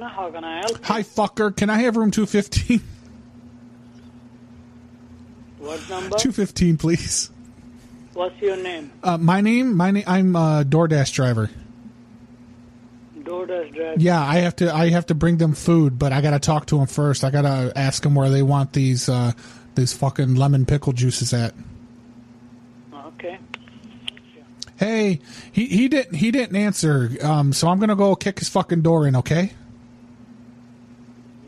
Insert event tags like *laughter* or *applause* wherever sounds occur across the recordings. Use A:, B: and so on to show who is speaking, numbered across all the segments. A: How can I help?
B: Hi, fucker. Can I have room *laughs* 215?
A: What number?
B: 215, please.
A: What's your name?
B: Uh, my name, my name. I'm a DoorDash driver.
A: DoorDash driver.
B: Yeah, I have to. I have to bring them food, but I gotta talk to them first. I gotta ask them where they want these uh, these fucking lemon pickle juices at.
A: Okay.
B: Hey, he he didn't he didn't answer. Um, so I'm gonna go kick his fucking door in. Okay?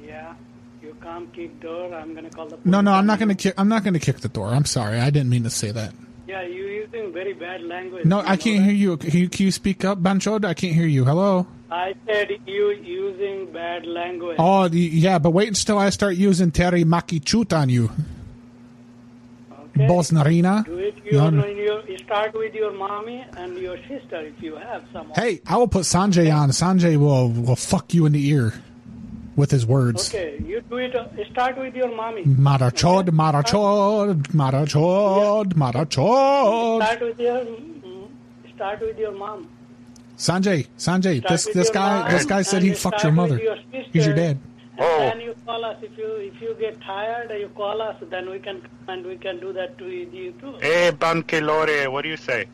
A: Yeah. You come kick door. I'm gonna call the.
B: No, no,
A: police.
B: I'm not gonna kick. I'm not gonna kick the door. I'm sorry. I didn't mean to say that.
A: Yeah, you're using very bad language.
B: No,
A: you
B: I
A: know
B: can't hear you. Can you, can you speak up, Bancho? I can't hear you. Hello.
A: that. I said you using bad language.
B: Oh, the, yeah, but wait until I start using teriyaki chut on you,
A: okay.
B: Bosnarina.
A: Do it.
B: No,
A: Your,
B: no.
A: your, start with your mommy and your sister if you have someone.
B: Hey, I will put Sanjay on. Sanjay will will fuck you in the ear with his words.
A: Okay. You do it. Uh, start with your mommy.
B: Marachod, marachod, marachod, marachod.
A: Start with your. mm, Start with your mom.
B: Sanjay, Sanjay,
A: Start
B: this
A: with
B: this
A: your
B: guy
A: mom,
B: this guy said
A: and
B: he
A: you
B: fucked
A: start
B: your
A: with
B: mother.
A: your
B: He's your
A: sister,
B: dad.
A: And
C: Oh.
A: then you call us if you if you get tired, you call us. Then we can come and we can do that to you too.
C: Hey, Bankilore, Eh, what do you say?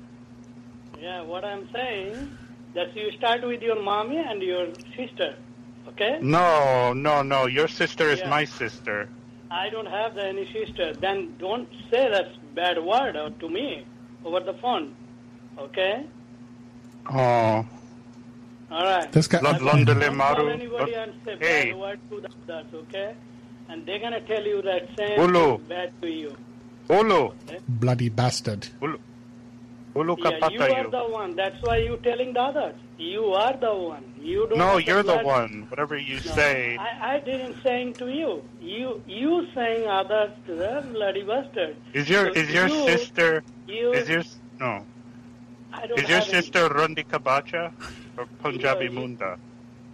A: Yeah, what I'm saying that you start with your mommy and your sister.
C: Mm.
A: Okay,
C: No, no, no. Your sister is
A: Yeah.
C: my sister.
A: I don't have any sister. Then don't say that bad word out to me over the phone. Okay,
C: Oh,
A: all right.
B: This guy
C: Lon-
A: Don't
C: Londele
A: call
C: Maru.
A: anybody and say
C: Hey.
A: bad word to the others. Okay, and they're gonna tell you that same
C: Ulu.
A: thing bad to you.
C: Ulu,
B: bloody bastard.
C: Ulu,
A: Yeah, you
C: Ulu
A: are
C: Kapatayu.
A: the one. That's why you telling the others. You are the one. You don't.
C: No,
A: have
C: you're the
A: blood-
C: one. Whatever you
A: No,
C: say.
A: I, I didn't saying to you. You you saying others to the bloody bastard.
C: Is your
A: So
C: is your
A: you-
C: sister
A: You.
C: is your s- no?
A: I don't
C: Is your
A: have any.
C: sister Rundi Kabacha or Punjabi
A: No, you-
C: Munda?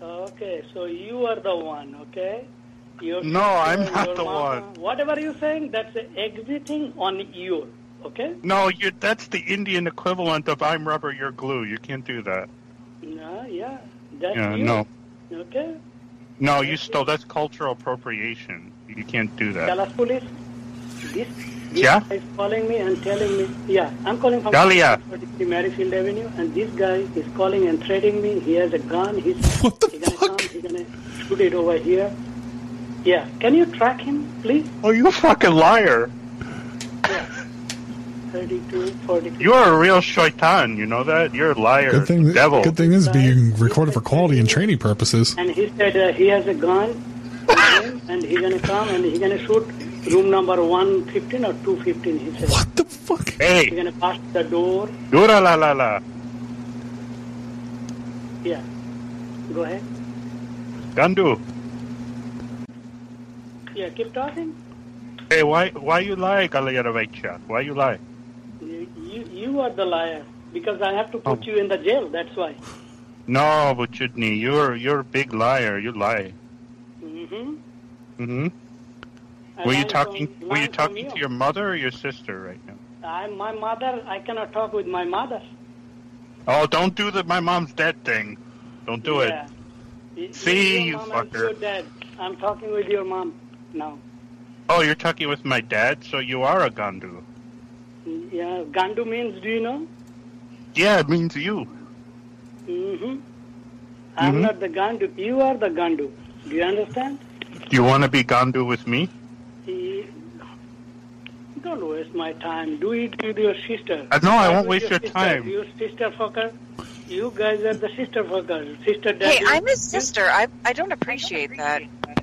A: Okay, so you are the one. Okay. Your
C: No, I'm
A: your
C: not the
A: mama-
C: one.
A: Whatever you saying, that's exiting on you. Okay.
C: No, you. That's the Indian equivalent of I'm rubber, you're glue. You can't do that.
A: No, yeah. That's
C: Yeah,
A: you.
C: no,
A: Okay.
C: no. You stole. That's cultural appropriation. You can't do that.
A: Dallas police. This, this
C: Yeah?
A: guy is calling me and telling me. Yeah, I'm calling from
C: Dahlia.
A: 33 Maryfield Avenue, and this guy is calling and threatening me. He has a gun. He's
B: What the
A: he's gonna
B: fuck?
A: Come, he's gonna shoot it over here. Yeah, can you track him, please?
C: Oh, you fucking liar!
A: 32, 43.
C: You are a real shaitan, you know that? You're a liar.
B: Good thing
C: devil.
B: good thing this is being recorded for quality and training purposes.
A: And he said uh, he has a gun, and he's gonna come and he's gonna shoot room number 115 or 215. He said
B: What the fuck?
A: he's
C: Hey,
A: gonna pass the door.
C: dura la la la.
A: Yeah, go ahead.
C: Gandu.
A: Yeah, keep talking.
C: Hey, why why you lie, Galayaravecha? Why you lie?
A: You, you- you are the liar because I have to put
C: Oh.
A: you in the jail. That's why.
C: No, Buchudni, you're you're a big liar. You lie.
A: hmm
C: hmm Were you talking were you talking to your mother or your sister right now?
A: I, my mother. I cannot talk with my mother.
C: Oh, don't do the my mom's dead thing. Don't do
A: Yeah.
C: it.
A: Y-
C: See,
A: your
C: you
A: mom and
C: fucker.
A: your dad. I'm talking with your mom now.
C: Oh, you're talking with my dad, so you are a Gandu.
A: Yeah, Gandu means do you know?
C: Yeah, it means you.
A: hmm I'm
C: Mhm.
A: not the Gandu. You are the Gandu. Do you understand?
C: Do you wanna be Gandu with me?
A: Y- Don't waste my time. Do it with your sister.
C: Uh, no, I
A: Do it
C: won't
A: with
C: waste your
A: sister.
C: time.
A: Your sister fucker. You guys are the sister fucker. Sister
D: Hey,
A: daddy.
D: I'm his sister. I I don't appreciate that.